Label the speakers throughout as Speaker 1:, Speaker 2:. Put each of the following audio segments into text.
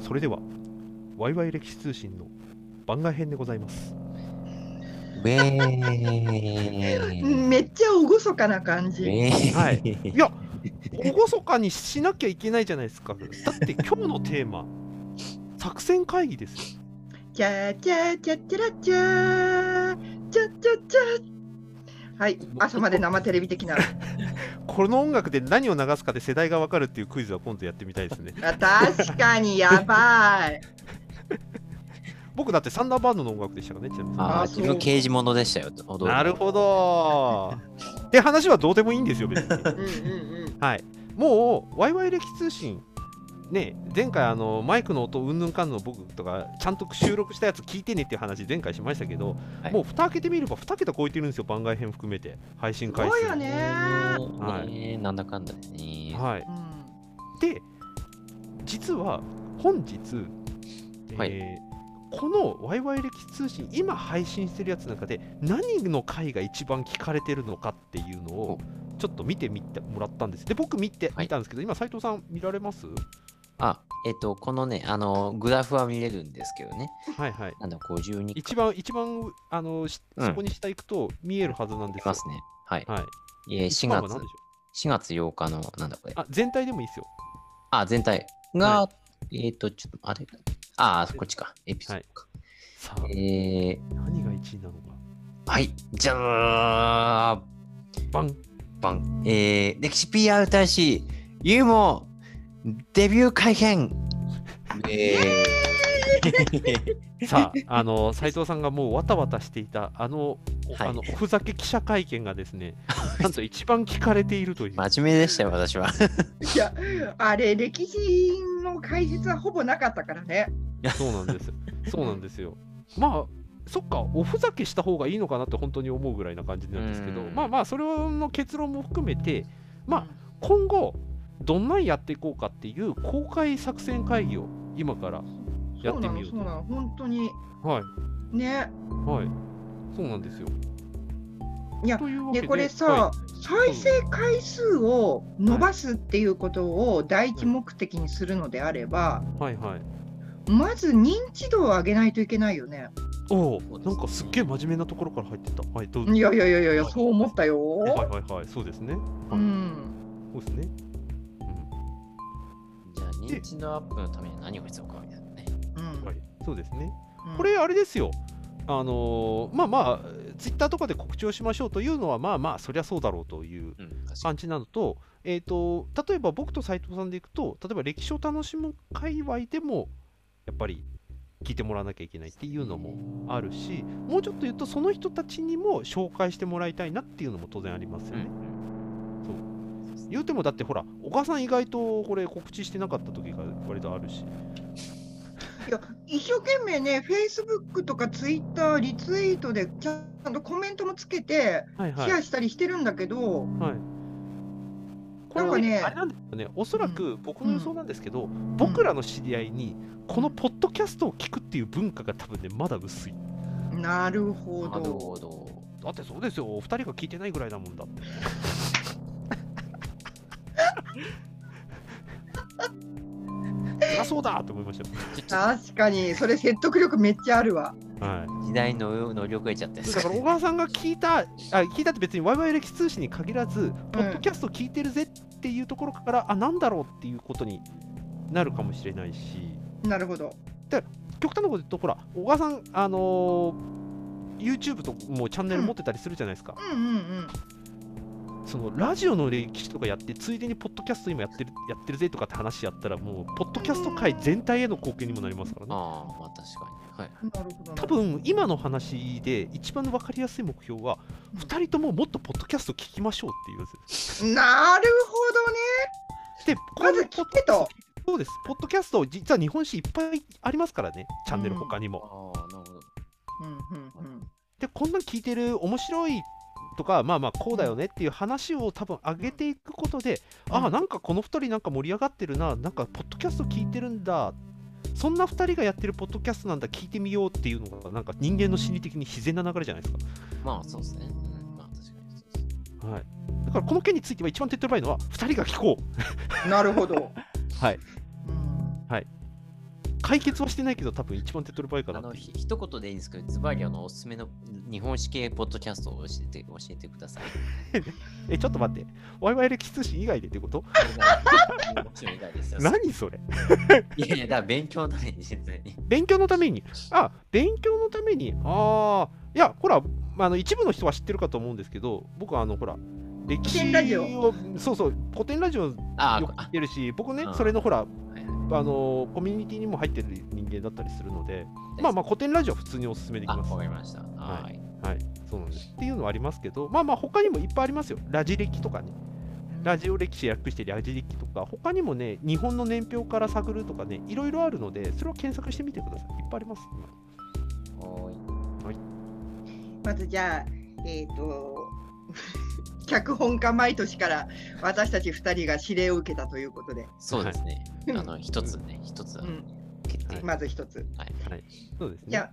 Speaker 1: それではワイワイ歴史通信の番外編でございます
Speaker 2: ウェーイ
Speaker 3: めっちゃ厳かな感じ。
Speaker 2: ウェーイ
Speaker 1: はいいや厳かにしなきゃいけないじゃないですかだって今日のテーマ作戦会議ですよ
Speaker 3: チャチャチャチャラチャーチャチャチャはい、朝まで生テレビ的な。
Speaker 1: この音楽で何を流すかで世代がわかるっていうクイズは今度やってみたいですね
Speaker 3: あ確かにやばい。
Speaker 1: 僕だってサンダーバードの音楽でしたからねちなみに
Speaker 2: あ
Speaker 3: あ
Speaker 2: あ、
Speaker 3: そう
Speaker 2: 自分刑事ものでしたよ。
Speaker 1: なるほどで話はどうでもいいんですよ別に
Speaker 3: うんうんうん。
Speaker 1: はい、もう、ワイワイ歴通信、ね、前回あの、マイクの音うんぬんかんの僕とか、ちゃんと収録したやつ聞いてねっていう話、前回しましたけど、
Speaker 2: はい
Speaker 1: もう蓋開けてみれば、2桁超えてるんですよ、番外編含めて、配信
Speaker 3: す
Speaker 1: 回数。
Speaker 3: ごいよね
Speaker 1: はい
Speaker 2: ねえなんだかんだでね。
Speaker 1: はい、
Speaker 3: うん
Speaker 1: で、実は本日、えー
Speaker 2: はい
Speaker 1: このワイワイ歴通信、今配信してるやつの中で、何の回が一番聞かれてるのかっていうのを、ちょっと見てみてもらったんです。で、僕見て、
Speaker 2: はい
Speaker 1: 見たんですけど、今、斉藤さん、見られます
Speaker 2: あ、えっと、このね、あの、グラフは見れるんですけどね。
Speaker 1: はいはい。
Speaker 2: なんだ、52い
Speaker 1: 一番一番あのし
Speaker 2: うん
Speaker 1: そこに下行くと見えるはずなんですよ。
Speaker 2: ますね。はい。
Speaker 1: はい。
Speaker 2: えー、
Speaker 1: 一
Speaker 2: 4
Speaker 1: 番は何
Speaker 2: 月
Speaker 1: でしょう、
Speaker 2: 4月8日の、なんだこれ。
Speaker 1: あ全体でもいいですよ。
Speaker 2: あ、全体が、えっと、ちょっと、あれあー、こっちか。エピソードか。
Speaker 1: さあ、
Speaker 2: えー、
Speaker 1: 何が1位なのか。
Speaker 2: はい。じゃーん
Speaker 1: バン。
Speaker 2: バン、えー、歴史 PR 大使ユーモデビュー会見え
Speaker 1: さあ、あの斉藤さんがもうわたわたしていたあの,お、
Speaker 2: はい
Speaker 1: あのおふざけ記者会見がです ね、なんと一番聞かれているという。
Speaker 2: ー、 真面目でしたよ私は
Speaker 3: いや、あれ、歴史の解説はほぼなかったからね。
Speaker 1: そうなんです。そうなんですよ。まあ、そっか、おふざけした方がいいのかなって本当に思うぐらいな感じなんですけど、
Speaker 2: うん
Speaker 1: まあまあ、それの結論も含めて、まあ今後どんなんやっていこうかっていう公開作戦会議を今からやってみよう
Speaker 3: そうなの、そうなの、本当に。
Speaker 1: はい
Speaker 3: ね。
Speaker 1: はいそうなんですよ
Speaker 3: いや
Speaker 1: というわけ
Speaker 3: で、
Speaker 1: で
Speaker 3: これさ
Speaker 1: は、
Speaker 3: 再生回数を伸ばすっていうことを第一目的にするのであれば、
Speaker 1: い、はいはい
Speaker 3: まず認知度を上げないといけないよね。
Speaker 1: おおなんかすっげえ真面目なところから入ってったはいどうぞ
Speaker 3: いやいやいやいやいや、そう思ったよ。
Speaker 1: はいはいはいそうですね
Speaker 3: うん、
Speaker 1: そうですね
Speaker 2: じゃあ認知度アップのために何を必要かみたいなね
Speaker 3: う
Speaker 1: うん
Speaker 3: ん
Speaker 1: はいそうですね
Speaker 3: うん
Speaker 1: これあれですよあのーまあまあツイッターとかで告知をしましょうというのはまあまあそりゃそうだろうという
Speaker 2: うん確か
Speaker 1: 感じなのと,、えー、と例えば僕と斉藤さんでいくと例えば歴史を楽しむ界隈でもやっぱり聞いてもらわなきゃいけないっていうのもあるしもうちょっと言うとその人たちにも紹介してもらいたいなっていうのも当然ありますよ
Speaker 2: に
Speaker 1: ね。
Speaker 2: うんそう
Speaker 1: 言うてもだってほらお母さん意外とこれ告知してなかった時が割とあるし
Speaker 3: いや一生懸命ね、フェイスブックとかツイッター、リツイートでちゃんとコメントもつけて、
Speaker 1: はいは
Speaker 3: シ
Speaker 1: い
Speaker 3: ェアしたりしてるんだけど、
Speaker 1: はいこれ
Speaker 3: なんかね
Speaker 1: あれなんですよねおそらく僕の予想なんですけど、僕らの知り合いにこのポッドキャストを聞くっていう文化が多分ねまだ薄い
Speaker 3: なるほ
Speaker 2: なる
Speaker 3: ど。
Speaker 2: ほど
Speaker 1: だってそうですよ、お二人が聞いてないぐらいだもんだって。 そりゃそうだと思いましたよ。
Speaker 2: ちょっ
Speaker 3: 確かに、それ説得力めっちゃあるわ。
Speaker 1: は
Speaker 2: と時代の乗り遅れちゃったや
Speaker 1: い、
Speaker 2: つ
Speaker 1: だから小川さんが聞いた、あ聞いたって別にワイワイ歴史通信に限らず、ポッドキャスト聞いてるぜっていうところから、あ、なんだろうっていうことになるかもしれないし、
Speaker 3: なるほど。
Speaker 1: 極端なこと言うと、ほら、小川さん、あのー YouTube ともうチャンネル持ってたりするじゃないですか。
Speaker 3: うんうんうん。
Speaker 1: そのラジオの歴史とかやってついでにポッドキャスト今やってるやってるぜとかって話やったらもうポッドキャスト界全体への貢献にもなりますからね
Speaker 2: ああまあ確かにはい
Speaker 3: なるほどな。
Speaker 1: 多分今の話で一番分かりやすい目標は
Speaker 3: うん
Speaker 1: 2人とももっとポッドキャスト聞きましょうっていうやつです
Speaker 3: なるほど
Speaker 1: で
Speaker 3: ね。まず聞けと。
Speaker 1: そうですポッドキャスト実は日本史いっぱいありますからねチャンネル
Speaker 3: うん
Speaker 1: 他に
Speaker 2: あ
Speaker 1: も、
Speaker 2: あなるほど
Speaker 3: うんうんうん。
Speaker 1: でこんなん聞いてる面白いとかまあまあこうだよねっていう話を多分上げていくことで、
Speaker 3: うん
Speaker 1: ああなんかこの2人なんか盛り上がってるななんかポッドキャスト聞いてるんだそんな2人がやってるポッドキャストなんだ聞いてみようっていうのがなんか人間の心理的に自然な流れじゃないです
Speaker 2: まあそうですねうんまあ確かにそうです
Speaker 1: か、はい、だからこの件については一番手っ取り早いのは2人が聞こう
Speaker 3: なるほど。
Speaker 1: はい
Speaker 3: うん
Speaker 1: 考解決はしてないけど、多分一番手っ取り早いか
Speaker 2: あ
Speaker 1: な
Speaker 2: の
Speaker 1: って。
Speaker 2: ひ一言でいいんですけど、ズバリあのおすすめの日本式系ポッドキャストを教えて教えてください。
Speaker 1: え、ちょっと待って。ワイワイ歴史通信以外でってこと
Speaker 2: もちろん以外ですよ
Speaker 1: 何それ
Speaker 2: いやいや、だから勉強のために全然。
Speaker 1: 勉強のために。あ、勉強のために。ああ。いや、ほら、まああの一部の人は知ってるかと思うんですけど、僕はあの、ほら、歴史
Speaker 3: 古典ラジ
Speaker 1: を、そうそう、古典ラジオよ
Speaker 2: あ
Speaker 1: く聞いてるし、僕ね
Speaker 2: う、ん
Speaker 1: それのほら、
Speaker 2: あ、はい
Speaker 1: あのコミュニティにも入ってる人間だったりするので、
Speaker 2: はい
Speaker 1: まあまあ古典ラジオは普通におすすめでき
Speaker 2: あ、
Speaker 1: ます。は
Speaker 2: わか
Speaker 1: い、
Speaker 2: りました。はい。
Speaker 1: そうなんです。っていうのはありますけど、まあまあ他にもいっぱいありますよ。ラジ歴とかね。ラジオ歴史略してラジ歴とか、他にもね、日本の年表から探るとかね、いろいろあるので、それを検索してみてください。いっぱいあります。
Speaker 2: おーい
Speaker 3: まずじゃあ、えっ、と、 脚本家毎年から私たち二人が指令を受けたということで、
Speaker 2: そうですね。あの、一つね、一つあの
Speaker 3: うん
Speaker 2: 決定。
Speaker 3: まず一つ。
Speaker 2: はい。
Speaker 1: はい。そうですね。
Speaker 3: じゃあ、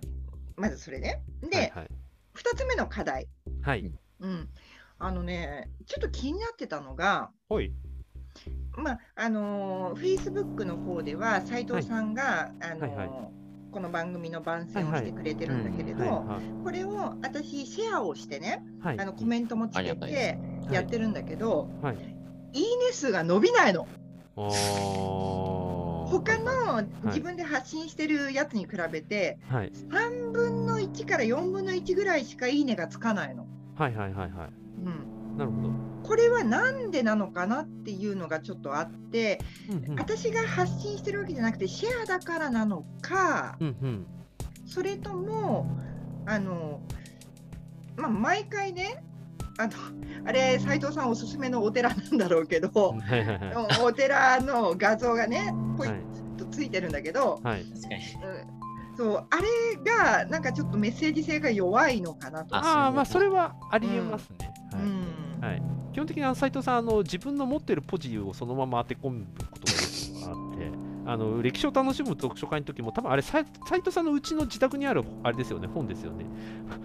Speaker 3: まずそれね。
Speaker 1: は
Speaker 3: で
Speaker 1: い、はい、
Speaker 3: 二つ目の課題。
Speaker 1: はい。
Speaker 3: うん。あのね、ちょっと気になってたのが、
Speaker 1: ほい。
Speaker 3: まああのフェイスブックの方では斉藤さんが、あの
Speaker 1: は
Speaker 3: ー
Speaker 1: いはい
Speaker 3: この番組の番宣をしてくれてるんだけれど、
Speaker 1: はい。はい
Speaker 3: これを私シェアをしてね、
Speaker 1: はい。
Speaker 3: あのコメントもつ
Speaker 2: あり
Speaker 3: け
Speaker 2: がたいで
Speaker 3: てやってるんだけど、
Speaker 1: はいい
Speaker 3: いね数が伸びないの
Speaker 1: あー
Speaker 3: 他の自分で発信してるやつに比べて
Speaker 1: はい。
Speaker 3: 3分の1から4分の1ぐらいしかいいねがつかないの、
Speaker 1: はいはいはいはい。
Speaker 3: うん、
Speaker 1: なるほど。
Speaker 3: これはなんでなのかなっていうのがちょっとあって
Speaker 1: うんうん。
Speaker 3: 私が発信してるわけじゃなくてシェアだからなのか、
Speaker 1: うんうん。
Speaker 3: それともあの、まあ、毎回ねあのあれ斉藤さんおすすめのお寺なんだろうけど、
Speaker 1: はいはいはい。
Speaker 3: おお寺の画像がねポイ
Speaker 1: は
Speaker 3: ッ
Speaker 1: い。
Speaker 3: とついてるんだけど、
Speaker 1: はい。
Speaker 2: 確かに。
Speaker 3: うんそうあれがなんかちょっとメッセージ性が弱いのかなと。
Speaker 1: ああーまあそれ
Speaker 2: は。
Speaker 1: はありえますね、
Speaker 3: う
Speaker 1: はい
Speaker 3: ん
Speaker 1: はい基本的にあの斉藤さんあの自分の持ってるポジをそのまま当て込むことがよくあってあの歴史を楽しむ読書会の時も多分あれ斉斉藤さんのうちの自宅にあるあれですよね本ですよね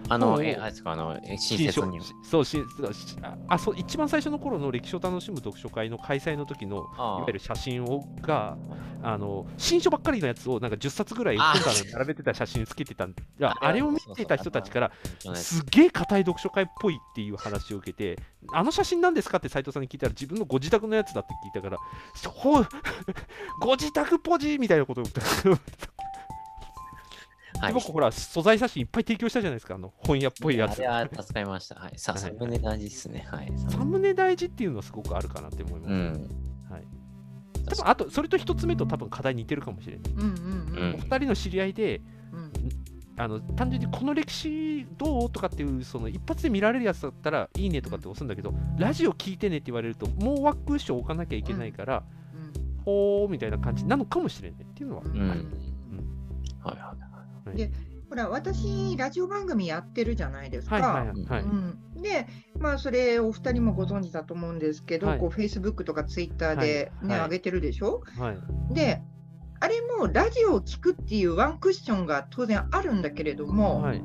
Speaker 2: あ
Speaker 1: お
Speaker 2: の、
Speaker 1: ー
Speaker 2: え、あれですか、あの、え親切
Speaker 1: 新。
Speaker 2: に
Speaker 1: 書そう新そうしあそう一番最初の頃の歴史を楽しむ読書会の開催の時のい
Speaker 2: あ
Speaker 1: わゆる写真をがあの新書ばっかりのやつをなんか10冊ぐらい
Speaker 2: あー
Speaker 1: 本棚に並べてた写真つけてたんいや
Speaker 2: あ
Speaker 1: あ
Speaker 2: れ
Speaker 1: れ
Speaker 2: は
Speaker 1: を見てた人たちから
Speaker 2: あの
Speaker 1: すげえ硬い読書会っぽいっていう話を受けて、あの写真なんですかって斉藤さんに聞いたら、自分のご自宅のやつだって聞いたから、ほう ご自宅ポジみたいなことを言った。
Speaker 2: はい。
Speaker 1: 僕、ほら、素材写真いっぱい提供したじゃないですか、あの本屋っぽいやつ。
Speaker 2: あれは助かりました。はい。さあ、
Speaker 1: はい
Speaker 2: サムネ大事ですね。はい。
Speaker 1: サムネ大事っていうのはすごくあるかなって思いま
Speaker 2: う
Speaker 1: す。
Speaker 2: ん。
Speaker 1: はい、多
Speaker 2: 確
Speaker 1: 分
Speaker 2: か
Speaker 1: あと、それと一つ目と多分課題似てるかもしれない。
Speaker 3: うんうん
Speaker 1: お二人の知り合いで、
Speaker 3: うんうん
Speaker 1: あの単純にこの歴史どうとかっていうその一発で見られるやつだったらいいねとかって押すんだけどラジオ聞いてねって言われるともうワクション置かなきゃいけないから、ほーみたいな感じなのかもしれないっていうのは、
Speaker 3: うん
Speaker 2: う
Speaker 3: うん
Speaker 2: んう
Speaker 3: う
Speaker 2: ん
Speaker 3: ん
Speaker 2: はいはい。
Speaker 3: ほら私ラジオ番組やってるじゃないですか。
Speaker 1: はいはいはい、
Speaker 3: うん、で、まあ、それお二人もご存知だと思うんですけど、
Speaker 1: はい
Speaker 3: こう Facebook とか Twitter で、
Speaker 1: はい
Speaker 3: ね
Speaker 1: はい
Speaker 3: 上げてるでしょ
Speaker 1: はい
Speaker 3: であれもラジオを聞くっていうワンクッションが当然あるんだけれども、
Speaker 1: はい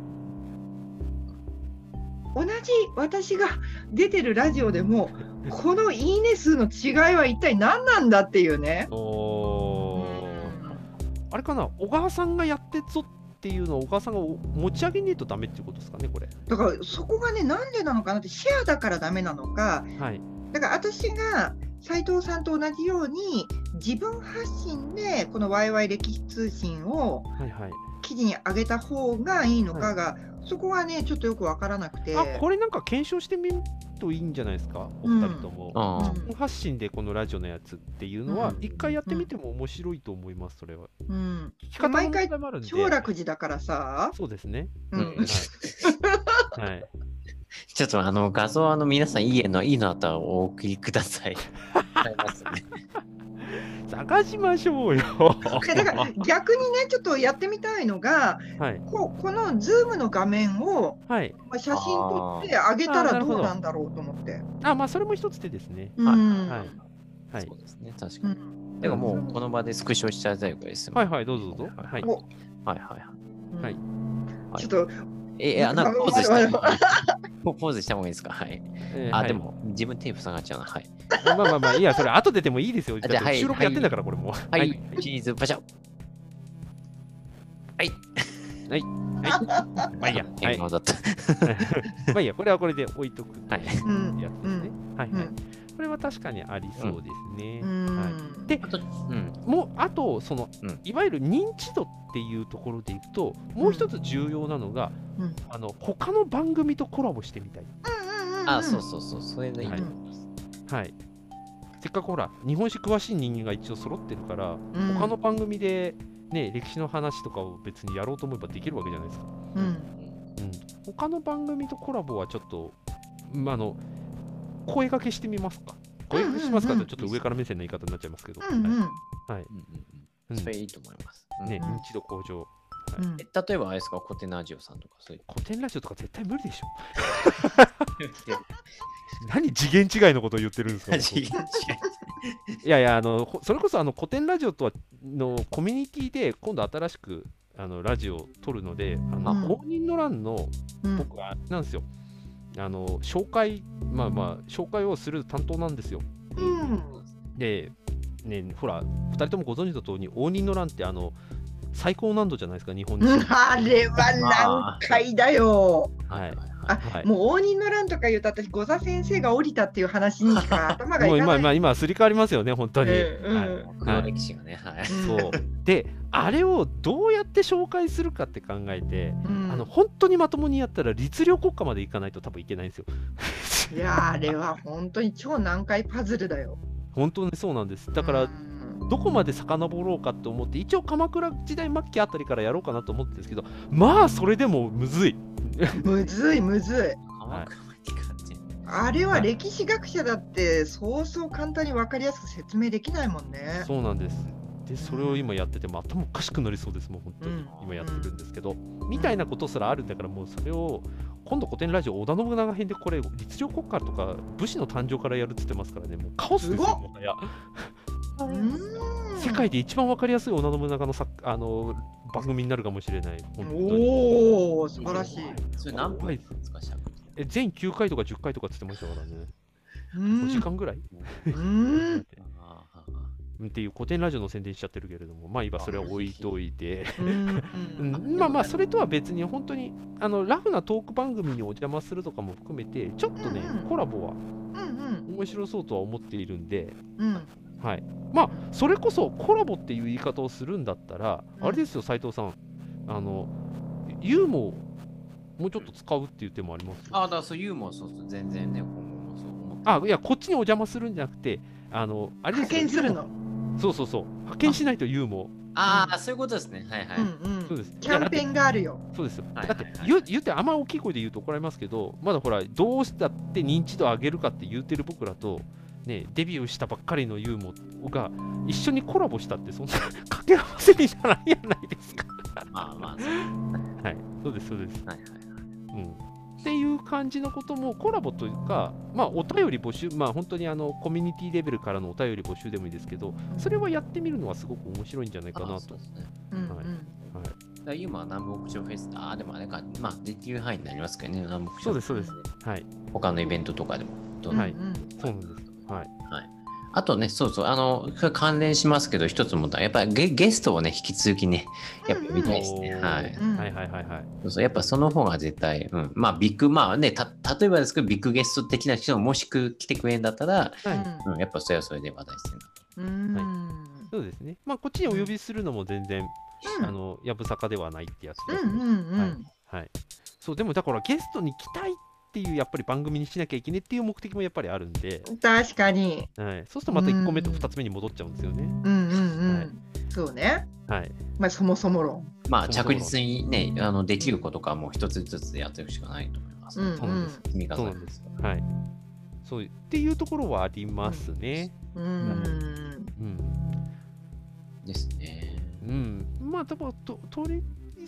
Speaker 3: 同じ私が出てるラジオでもこの「いいね」数の違いは一体何なんだっていうね。
Speaker 1: おーあれかな小川さんがやってっぞっていうのを小川さんがお持ち上げねえとダメっていうことですかねこれ
Speaker 3: だからそこがねなんでなのかなってシェアだからダメなのか
Speaker 1: はい
Speaker 3: だから私が斉藤さんと同じように自分発信でこの「ワイワイ歴史通信」を
Speaker 1: はいはい
Speaker 3: 記事に上げた方がいいのかが、そこはねちょっとよくわからなくて
Speaker 1: あこれなんか検証してみるといいんじゃないですかお二人とも、
Speaker 2: あ
Speaker 3: うん
Speaker 1: 自分発信でこのラジオのやつっていうのは
Speaker 3: うん
Speaker 1: 一回やってみても面白いと思いますそれは
Speaker 3: うん、
Speaker 1: 聞き方の問題もあるんで
Speaker 3: 長楽寺だからさ、
Speaker 1: そうです ね
Speaker 3: うん
Speaker 2: うん
Speaker 1: はい、はい、
Speaker 2: ちょっとあの画像あの皆さんいいのいいのあったらお送りくだ さい。ありますね
Speaker 1: 探しましょうよ
Speaker 3: でだから逆にねちょっとやってみたいのが
Speaker 1: はい
Speaker 3: こうこの Zoom の画面を
Speaker 1: はい
Speaker 3: まあ写真撮って上げたらどうなんだろうと思って。
Speaker 1: あまあそれも一つ手ですね
Speaker 3: う
Speaker 2: あー
Speaker 3: ん
Speaker 1: はいはい
Speaker 2: そうですね、確
Speaker 3: う
Speaker 2: かに。
Speaker 3: ん
Speaker 2: だからもうこの場でスクショしちゃいたいぐらいです。
Speaker 1: はいはいどうぞどうぞ
Speaker 2: はい
Speaker 1: は
Speaker 3: お
Speaker 1: い
Speaker 2: はいはいはい。
Speaker 3: うん
Speaker 1: はい
Speaker 2: はい
Speaker 3: ちょっと
Speaker 2: え、えあなんかポーズした方がいい ポポーズした方がいいですかはい。
Speaker 1: えー
Speaker 2: あ、
Speaker 1: はい
Speaker 2: でも自分テープ下がっちゃうな。はい。
Speaker 1: まあまあまあいいやそれ後ででもいいですよ
Speaker 2: じゃあ
Speaker 1: だって
Speaker 2: はい
Speaker 1: 収録やってんだからこれもう
Speaker 2: はい、チーズパシャ。はい。
Speaker 1: まあいいや、は
Speaker 2: 笑
Speaker 1: い、ま
Speaker 2: 顔だった。
Speaker 1: あいいや、こ れはこれで置いとく
Speaker 2: はい。
Speaker 3: うん
Speaker 1: やつですね。はいはい。これは確かにありそうですね。
Speaker 3: うん
Speaker 1: はい
Speaker 3: うん
Speaker 1: で
Speaker 2: うん。
Speaker 1: もうあとその、
Speaker 2: うん
Speaker 1: いわゆる認知度っていうところでいくともう一つ重要なのが、
Speaker 3: うん
Speaker 1: あの他の番組とコラボしてみたい、
Speaker 3: うんうんうん
Speaker 2: あ、そうそうそう。それがいい
Speaker 1: は
Speaker 2: と
Speaker 1: い
Speaker 2: 思います。
Speaker 1: はい、せっかくほら日本史詳しい人間が一応揃ってるから、
Speaker 3: うん
Speaker 1: 他の番組で、ね、歴史の話とかを別にやろうと思えばできるわけじゃないですか、
Speaker 3: うん
Speaker 1: うん、他の番組とコラボはちょっと、まあ、あの声掛けしてみますか声掛けしますか
Speaker 3: う
Speaker 1: っ
Speaker 3: んうん
Speaker 1: て
Speaker 3: うん
Speaker 1: ちょっと上から目線の言い方になっちゃいますけど、
Speaker 3: うんう
Speaker 1: はい
Speaker 2: う
Speaker 3: ん
Speaker 2: ん
Speaker 1: う
Speaker 2: うん
Speaker 1: ん
Speaker 2: それいいと思います。うん
Speaker 1: ね、
Speaker 3: うん
Speaker 1: 認知度向上
Speaker 3: うん
Speaker 2: え例えばあれですか、コテナジオさんとか そういう。
Speaker 1: 古典ラジオとか絶対無理でしょ何次元違いのことを言ってるんです か
Speaker 2: 違う違う
Speaker 1: 僕いやいやあのほそれこそあの古典ラジオとはのコミュニティで今度新しくあのラジオを撮るのであの、
Speaker 3: うん
Speaker 1: 応仁の乱の
Speaker 3: うん
Speaker 1: 僕はあれなんですよあの紹介まあまあ紹介をする担当なんですよ
Speaker 3: うん
Speaker 1: でねほら2人ともご存知の通り応仁の乱ってあの最高難度じゃないですか日 本人、
Speaker 3: うんあれは難解だよ。
Speaker 1: はい
Speaker 3: あ
Speaker 1: はい
Speaker 3: もう応仁の乱とか言うと私、五座先生が降りたっていう話にし か頭がい
Speaker 1: もう
Speaker 3: かな
Speaker 1: 今
Speaker 3: い。
Speaker 1: 今今すり替わりますよね本当に、
Speaker 3: うんうん
Speaker 1: はい
Speaker 2: 黒歴史がね、はい。
Speaker 1: そうであれをどうやって紹介するかって考えて、
Speaker 3: うん
Speaker 1: あの本当にまともにやったら律令国家までいかないと多分いけないんですよ。
Speaker 3: いやーあれは本当に超難解パズルだよ。
Speaker 1: 本当にそうなんですだから
Speaker 3: うん
Speaker 1: どこまで遡ろうかと思って一応鎌倉時代末期あたりからやろうかなと思ってるんですけどまあそれでもむずい。
Speaker 3: むずいむずい。
Speaker 2: 甘く甘いって感じ。
Speaker 3: あれは歴史学者だってそうそう簡単に分かりやすく説明できないもんね。
Speaker 1: そうなんですでそれを今やってても頭おかしくなりそうですもう本当
Speaker 3: う
Speaker 1: に
Speaker 3: ん
Speaker 1: 今やってるんですけどみたいなことすらあるんだからもうそれを今度古典ラジオ織田信長編でこれ律令国家とか武士の誕生からやるっつってますからねもうカオスです
Speaker 3: すご
Speaker 1: よ
Speaker 3: っ
Speaker 1: もはや。
Speaker 3: うーん
Speaker 1: 世界で一番わかりやすい織田信長の作あの番組になるかもしれない。本当に
Speaker 3: おお素晴らしい。
Speaker 2: それ何分ですか、しゃべ り
Speaker 1: え全9回とか10回とかって言ってましたからね。
Speaker 3: う
Speaker 1: 5時
Speaker 3: ん
Speaker 1: 間ぐらい、
Speaker 3: うん
Speaker 2: ああ
Speaker 1: っていう古典ラジオの宣伝しちゃってるけれども、まあ今それは置いといて。
Speaker 3: うん
Speaker 1: う
Speaker 3: うん
Speaker 1: ん、まあまあそれとは別に本当にあのラフなトーク番組にお邪魔するとかも含めてちょっとね
Speaker 3: うんうん
Speaker 1: コラボは
Speaker 3: うん
Speaker 1: 面白そうとは思っているんで
Speaker 3: うん
Speaker 1: はいまあそれこそコラボっていう言い方をするんだったらあれですよ斉藤さんあのユーモをもうちょっと使うっていう手もありますよ
Speaker 2: ああ、だからそうユーモアそうそう、全然ね、今後もそう思って。
Speaker 1: あいやこっちにお邪魔するんじゃなくてあのあれです
Speaker 3: 派
Speaker 1: よ
Speaker 3: 遣するの。
Speaker 1: そうそうそう派遣しないとユーモ
Speaker 2: ああ、そういうことですね。はいはい。
Speaker 3: うん
Speaker 1: そう
Speaker 3: う
Speaker 1: で
Speaker 3: ん
Speaker 1: す
Speaker 3: キャンペーンがあるよ。
Speaker 1: アそうですよだ
Speaker 2: はい
Speaker 1: って言う言ってあんま大きい声で言うと怒られますけどまだほらどうしたって認知度上げるかって言うてる僕らとねデビューしたばっかりのユーモが一緒にコラボしたってそんな掛け合わせにならんやないですか
Speaker 2: まあまあ、
Speaker 1: はいそうですそうです
Speaker 2: はいはいはい。
Speaker 1: うんっていう感じのこともコラボというか、まあ、お便り募集、まあ、本当にあのコミュニティレベルからのお便り募集でもいいですけど、それはやってみるのはすごく面白いんじゃないか
Speaker 2: あ
Speaker 1: な
Speaker 2: あそ
Speaker 1: と
Speaker 2: う。ですね。
Speaker 3: うん
Speaker 1: はい
Speaker 2: だからユーモア南北朝フェス、ああ、でもあれか、まあ、できる範囲になりますけどね、南北
Speaker 1: そう
Speaker 2: 朝
Speaker 1: です、そうです。はい。
Speaker 2: 他のイベントとかでも。ど
Speaker 3: うん
Speaker 2: ど
Speaker 3: ん
Speaker 2: ん
Speaker 1: はい
Speaker 3: うん
Speaker 1: そうなんです。はい。
Speaker 2: あとね、そうそう、あの、関連しますけど、一つ思ったのはやっぱりゲゲストをね、引き続きね、やっぱ見たいですね。
Speaker 1: おー
Speaker 2: はい。
Speaker 3: うん
Speaker 1: はいはいはいはい。
Speaker 2: そうそうやっぱその方が絶対、うん、まあビッグ、まあね、た例えばですけど、ビッグゲスト的な人ももしく来てくれんだったら、うん、やっぱそれはそれで話題性にな
Speaker 3: うん
Speaker 1: はい
Speaker 3: うん
Speaker 1: そうですね。まあ、こっちにお呼びするのも全然、あの、やぶさかではないってやつです
Speaker 3: う
Speaker 1: ね、
Speaker 3: んうんう
Speaker 1: は
Speaker 3: ん
Speaker 1: い。はい。そう、でもだからゲストに来たいっていう、やっぱり番組にしなきゃいけないっていう目的もやっぱりあるんで、
Speaker 3: 確かに。
Speaker 1: はい。そうするとまた1個目と
Speaker 3: うん
Speaker 1: 2つ目に戻っちゃうんですよね。
Speaker 3: うんうん
Speaker 1: は
Speaker 3: うん。そうね。
Speaker 1: はい。
Speaker 3: まあそもそも論。
Speaker 2: まあ
Speaker 1: そうそう
Speaker 2: 着実にね、あのできることからもう一つずつやっていくしかないと思います。
Speaker 3: うん
Speaker 1: そうなんです
Speaker 2: 積み
Speaker 1: そう
Speaker 2: 重
Speaker 1: な
Speaker 2: ね
Speaker 1: んです。はい。そうっていうところはありますね。
Speaker 3: うん。
Speaker 1: うん
Speaker 2: ですね。
Speaker 1: うん、まあ多分と取り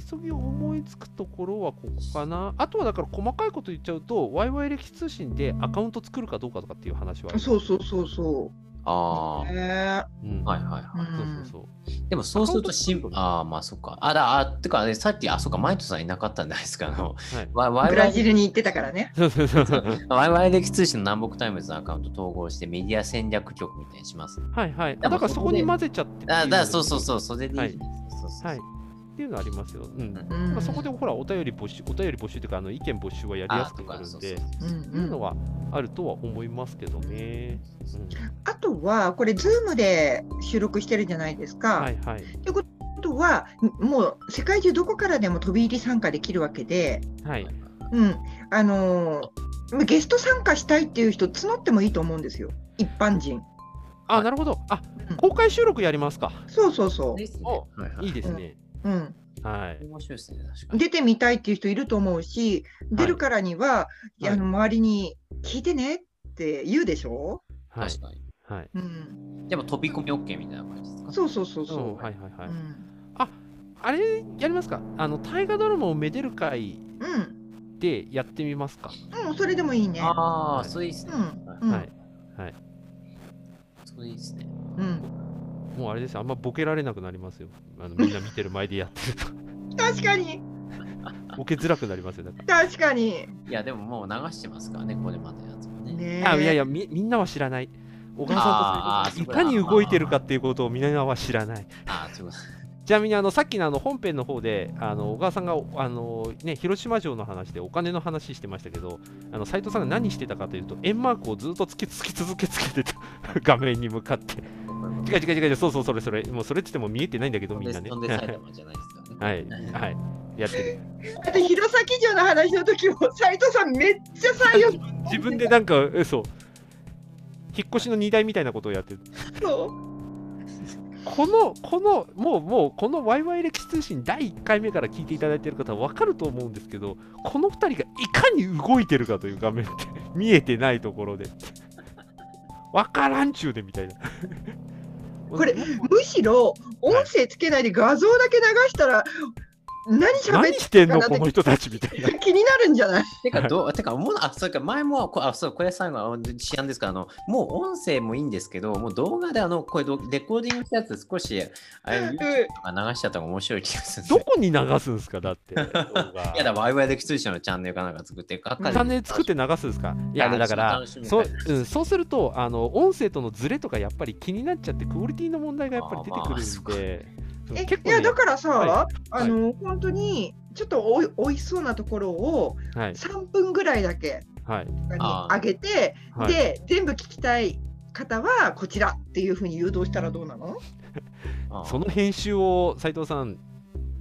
Speaker 1: 急ぎ思いつくところはここかなあとはだから細かいこと言っちゃうと YY 歴史通信でアカウント作るかどうかとかっていう話はある
Speaker 3: そうそうそうそ
Speaker 2: あ
Speaker 3: う。ね
Speaker 1: う、ん
Speaker 2: あ、はいはいはい。
Speaker 1: そうそうそう、
Speaker 2: でもそうすると
Speaker 1: アカウン
Speaker 2: 新
Speaker 1: ト作るの、
Speaker 2: ああ、まあそっか。あだ、あ、てか、ね、さっき、あ、そっか、マイトさんいなかったんじゃないですか。あ の、
Speaker 1: はい
Speaker 2: わ
Speaker 3: ブラジ
Speaker 2: YY
Speaker 3: ルに行ってたからね。
Speaker 1: そうそうそうそう
Speaker 2: ワイ歴史通信の南北タイムズのアカウント統合してメディア戦略局みたいにします。
Speaker 1: はいはい
Speaker 2: で
Speaker 1: あ
Speaker 2: も
Speaker 1: だからそこに混ぜちゃってっていう
Speaker 2: あだからそうそうそう、それでいい、
Speaker 1: はい
Speaker 2: そうそうそう
Speaker 1: はいっていうのはありますよ。うん
Speaker 3: うん
Speaker 1: まあ、そこでほらお便り募集お便り募集というかあの意見募集はやりや
Speaker 2: あ
Speaker 1: すく
Speaker 2: と
Speaker 1: な
Speaker 2: か、
Speaker 1: る
Speaker 2: そ
Speaker 1: ん
Speaker 2: うそう
Speaker 1: で
Speaker 2: そう。
Speaker 3: うん
Speaker 1: いうのはあるとは思いますけどね。うん
Speaker 3: あとはこれ Zoom で収録してるじゃないですか。
Speaker 1: はいはい。
Speaker 3: ということはもう世界中どこからでも飛び入り参加できるわけで、
Speaker 1: はい。
Speaker 3: うんあのーゲスト参加したいっていう人募ってもいいと思うんですよ一般人。
Speaker 1: あ、なるほど。あ
Speaker 3: うん、
Speaker 1: 公開収録やりますか。
Speaker 3: そうそうそ
Speaker 2: ですね
Speaker 1: お
Speaker 2: はいはい
Speaker 1: いいですね。
Speaker 3: う、うん、
Speaker 1: はい。
Speaker 2: 面白いですね、確かに。
Speaker 3: 出てみたいっていう人いると思うし出るからには、
Speaker 1: い
Speaker 3: あの周りに聞いてねって言うでしょ、
Speaker 1: はい
Speaker 2: 確。かに。
Speaker 1: はい。
Speaker 3: うん、
Speaker 2: でも飛び込み OK みたいな感じですか
Speaker 3: そうそうそう
Speaker 1: う
Speaker 3: そ
Speaker 1: ん
Speaker 3: う。
Speaker 1: はいはいは
Speaker 3: う
Speaker 1: い。
Speaker 3: ん
Speaker 1: あれやりますか。あの大河ドラマをめでる会
Speaker 3: うん
Speaker 1: でやってみますか。
Speaker 3: うん、それでもいいね。
Speaker 2: あ
Speaker 1: は
Speaker 2: あ、
Speaker 1: い
Speaker 2: それいいですね。
Speaker 3: うん
Speaker 2: はい
Speaker 3: うん
Speaker 1: はい。
Speaker 2: それいいですね。
Speaker 3: うん、
Speaker 1: もうあれですよ。あんまボケられなくなりますよ。あのみんな見てる前でやってる
Speaker 3: 確かに
Speaker 1: とボケづらくなりますよ。だか
Speaker 3: 確かに。
Speaker 2: いや、でももう流してますからね、ここでまたやつもね。
Speaker 3: ね
Speaker 1: ら。あ、いやいやみみんなは知らない。小川
Speaker 2: あ
Speaker 1: さ
Speaker 2: ー
Speaker 1: んと斉藤
Speaker 2: そ
Speaker 1: さ
Speaker 2: う
Speaker 1: ん
Speaker 2: だ
Speaker 1: いかに動いてるかっていうことをみんなは知らない。
Speaker 2: ああ、そういうこ
Speaker 1: ちなみにあのさっきのあの本編の方であの小川さんがあの、ね、広島城の話でお金の話してましたけどあの斉藤さんが何してたかというと円マークをずっとつけつけ続けつけてた 画面に向かって
Speaker 2: と
Speaker 1: 違う違う違う違うそうそうそれそれもうそれって言っても見えてないんだけどみんなね
Speaker 2: 飛んで埼玉じゃないですからね。
Speaker 1: はいはいやってる
Speaker 3: だって弘前城の話の時も斉藤さんめっちゃ採用
Speaker 1: 自分でなんかえそう引っ越しの荷台みたいなことをやってる
Speaker 3: そう
Speaker 1: このこのもうもうこのワイワイ歴史通信第1回目から聞いていただいてる方は分かると思うんですけどこの2人がいかに動いてるかという画面って 見えてないところで分からんちゅうでみたいな
Speaker 3: これむしろ音声つけないで画像だけ流したら何
Speaker 1: 何
Speaker 3: 喋っ
Speaker 1: してんのこの人たちみたいな
Speaker 3: て気になるんじゃない
Speaker 2: てか、どう、てか、もう、あ、そうか、前も、こあ、そう、小屋さんが、あの試案ですか、あの、もう音声もいいんですけど、もう動画で、あの、これ、どレコーディングしたやつ、少し、あれ、
Speaker 3: う
Speaker 2: YouTube
Speaker 3: ん
Speaker 2: とか流しちゃった方が面白い気がするんです
Speaker 1: ど
Speaker 2: よ。
Speaker 1: こに流すんですかだ って動画
Speaker 2: いやだ、ワイワイで通信のチャンネルかなんか作って、か
Speaker 1: チャンネル作って流すんですかいやだから
Speaker 2: 楽しみ
Speaker 1: そう,、
Speaker 2: 楽し
Speaker 1: うん、そうするとあの音声とのズレとかやっぱり気になっちゃってクオリティの問題がやっぱり出てくる
Speaker 2: あーまあ
Speaker 1: ん
Speaker 2: そうか
Speaker 1: で、うん
Speaker 3: え
Speaker 1: 結
Speaker 3: い
Speaker 1: 構、
Speaker 3: や
Speaker 1: ね
Speaker 3: だからさ、
Speaker 1: は
Speaker 3: あの本当にちょっとおいおいしそうなところを
Speaker 1: はい
Speaker 3: 3分ぐらいだけ
Speaker 1: はい
Speaker 2: あ
Speaker 3: 上
Speaker 2: ー
Speaker 3: げて、
Speaker 1: はい、
Speaker 3: で全部聞きたい方はこちらっていうふうに誘導したらどうなの
Speaker 2: あー
Speaker 1: その編集を斉藤さん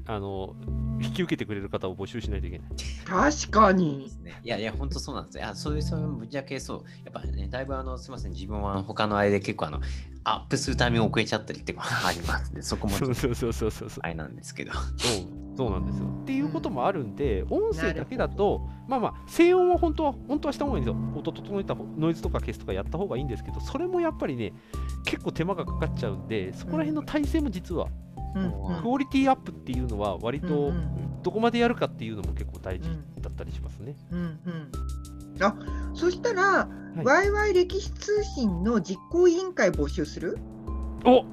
Speaker 1: あの引き受けてくれる方を募集しないといけない。
Speaker 3: 確か
Speaker 2: で
Speaker 3: に
Speaker 2: すねいやいや、本当そうなんですよ。あそういう、そういう、ぶっちゃけそう。やっぱね、だいぶあの、すみません、自分は他のあれで結構あの、アップするタイミング遅れちゃったりってことがありますんで、そこもち
Speaker 1: そ
Speaker 2: ょ
Speaker 1: う
Speaker 2: っと
Speaker 1: そうそうそうそう
Speaker 2: あれなんですけど。
Speaker 1: そうそうなんですよ。っていうこともあるんで、音声だけだと、まあまあ、静音は本当は本当はした方がいいんですよ。音整えた方ノイズとか消すとかやった方がいいんですけど、それもやっぱりね、結構手間がかかっちゃうんで、そこら辺の体制も実は、
Speaker 3: うん
Speaker 1: クオリティアップっていうのは、割
Speaker 3: う
Speaker 1: と
Speaker 3: んう
Speaker 1: どこまでやるかっていうのも結構大
Speaker 3: う
Speaker 1: 事
Speaker 3: ん
Speaker 1: だったりしますね。
Speaker 3: うんうん、あそしたら、
Speaker 1: い
Speaker 3: ワイワイ歴史通信の実行委員会募集する、
Speaker 1: お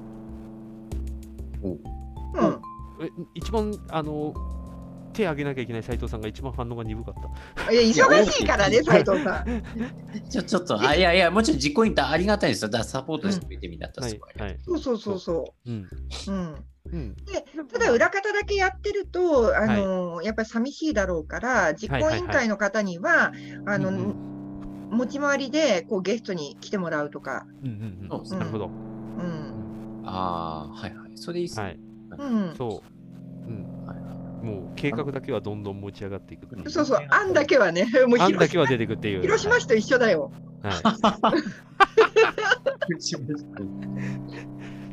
Speaker 3: うん、
Speaker 1: え一番あの手挙げなきゃいけない斉藤さんが一番反応が鈍かった。
Speaker 3: いや忙しいからね、斉藤さ ん。
Speaker 2: ちょ、ちょっと、あ、いやいや、もちろん実行委員ってありがたいですよ。だからサポートしてくれてみたら、
Speaker 1: は
Speaker 2: す
Speaker 1: い
Speaker 2: ごい。
Speaker 1: はい。
Speaker 3: そうそうそうそ
Speaker 1: うん。
Speaker 3: う。うん、
Speaker 1: うん。
Speaker 3: ただ、裏方だけやってると、あのやっぱり寂しいだろうから、実行委員会の方には、あの、
Speaker 1: うん
Speaker 3: 持ち回りでこうゲストに来てもらうとか、
Speaker 1: うんうん
Speaker 2: そうです
Speaker 1: うん。な
Speaker 2: ね
Speaker 1: るほど。
Speaker 3: うん
Speaker 2: ああ、はいはい。それいいっすね。
Speaker 1: はい。
Speaker 3: うん、
Speaker 1: そう。うん。
Speaker 2: はいはい
Speaker 1: もう計画だけはどんどん持ち上がっていく。
Speaker 3: そうそう、案だけはね、もう
Speaker 1: 案だ
Speaker 3: 広
Speaker 1: けは出てくっていう。
Speaker 3: 広島市と一緒だよ。
Speaker 1: はい。はい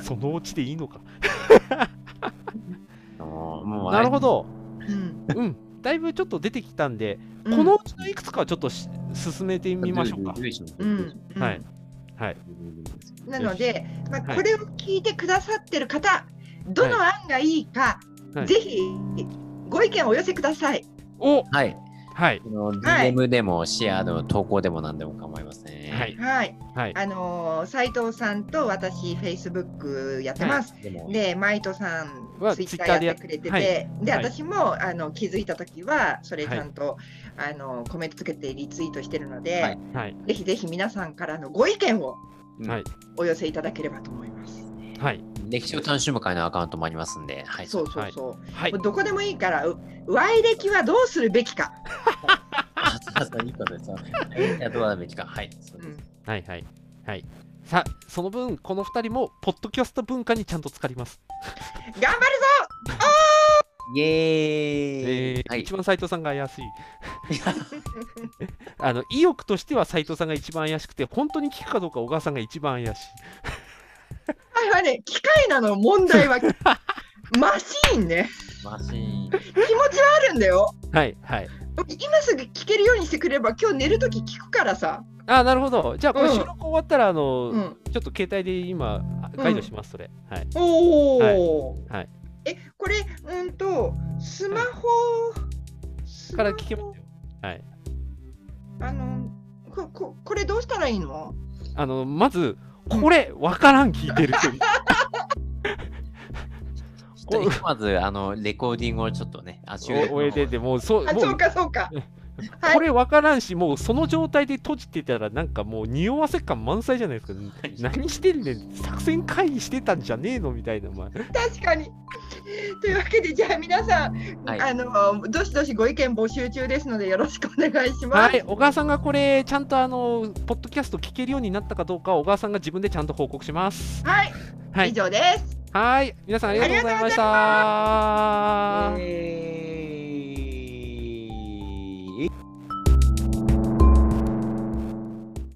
Speaker 1: そのうちでいいのか。
Speaker 2: あーもうあ
Speaker 1: な
Speaker 2: れ
Speaker 1: るほど。
Speaker 3: うん
Speaker 1: うん。だいこのうちょっと出てきたんで、
Speaker 3: うん
Speaker 1: このうちのいくつかはちょっとし進めてみましょうか。
Speaker 2: ルイスのルイス
Speaker 3: う
Speaker 2: の
Speaker 3: ん
Speaker 2: ルイスの
Speaker 3: うん
Speaker 1: はいはい。
Speaker 3: なので、まあ、
Speaker 1: はい
Speaker 3: これを聞いてくださってる方、どの案がいいか、
Speaker 1: はい
Speaker 3: ぜひご意見をお寄せください。
Speaker 1: お
Speaker 2: はい。
Speaker 1: はい。
Speaker 2: あの
Speaker 3: はい
Speaker 2: DM でもシェアの投稿でも何でも構いません。
Speaker 1: はい。
Speaker 3: はい、
Speaker 1: はい。
Speaker 3: あのー斉藤さんと私、フェイスブックやってます。
Speaker 2: でも、
Speaker 3: で、マイトさん
Speaker 1: は
Speaker 3: ツイッター
Speaker 1: Twitter
Speaker 3: やってくれてて、
Speaker 1: でや
Speaker 3: で、
Speaker 1: はい
Speaker 3: 私もあの気づいたときは、それちゃんと、あのコメントつけてリツイートしてるので、
Speaker 2: はい
Speaker 1: はい。
Speaker 3: ぜひぜひ皆さんからのご意見を
Speaker 1: はい。
Speaker 3: お寄せいただければと思います。
Speaker 1: はい。
Speaker 2: い歴史を楽しむ会のアカウントもありますんで、はい。
Speaker 3: そうそうそう、
Speaker 1: はい
Speaker 3: もうどこでもいいからうY 歴はどうするべきか、
Speaker 2: あそうそういいことです。はいじゃあどうだべきか。はい。そう
Speaker 3: う
Speaker 2: です
Speaker 3: ん、
Speaker 1: はいはいはいさあその分この2人もポッドキャスト文化にちゃんと浸かります、
Speaker 3: 頑張る
Speaker 2: イエーイ、
Speaker 1: えー
Speaker 2: はい。
Speaker 1: 一番斉藤さんが怪しい
Speaker 3: ぞ
Speaker 1: あの意欲としては斉藤さんが一番怪しくて本当に聞くかどうか小川さんが一番怪しい
Speaker 3: あれはね機械なの問 題はマシーンね
Speaker 2: マシーン。
Speaker 3: 気持ちはあるんだよ
Speaker 1: はいはい
Speaker 3: 今すぐ聞けるようにしてくれれば今日寝るとき聞くからさ、
Speaker 1: あなるほどじゃあこれ
Speaker 3: うん
Speaker 1: 収録終わったらあの、
Speaker 3: うん、
Speaker 1: ちょっと携帯で今あ解除します、それはい
Speaker 3: おお、
Speaker 1: はいはい
Speaker 3: えこれうんとスマホ、スマ
Speaker 1: から
Speaker 3: ホ
Speaker 1: 聞けますよはい
Speaker 3: あのこここれどうしたらいいの
Speaker 1: あのまずこれわからん聞いてる人に
Speaker 2: ちょっとひとまず、あの、レコーディングをちょっとね、あ、収録
Speaker 1: お終えててもうそう
Speaker 3: あ
Speaker 1: もう
Speaker 3: そうかそうかはい
Speaker 1: これ分からんし、もうその状態で閉じてたら、なんかもう匂わせ感満載じゃないですか。何してんねん、作戦会議してたんじゃねえのみたいな、お前。
Speaker 3: 確かに。というわけでじゃあ皆さん、
Speaker 2: はい
Speaker 3: あのどしどしご意見募集中ですのでよろしくお願いします。
Speaker 1: はい、小川さんがこれ、ちゃんとあの、ポッドキャスト聞けるようになったかどうか、小川さんが自分でちゃんと報告します。
Speaker 3: はい、
Speaker 1: はい
Speaker 3: 以上です。
Speaker 1: はい、皆さんありがとうございました。
Speaker 3: えー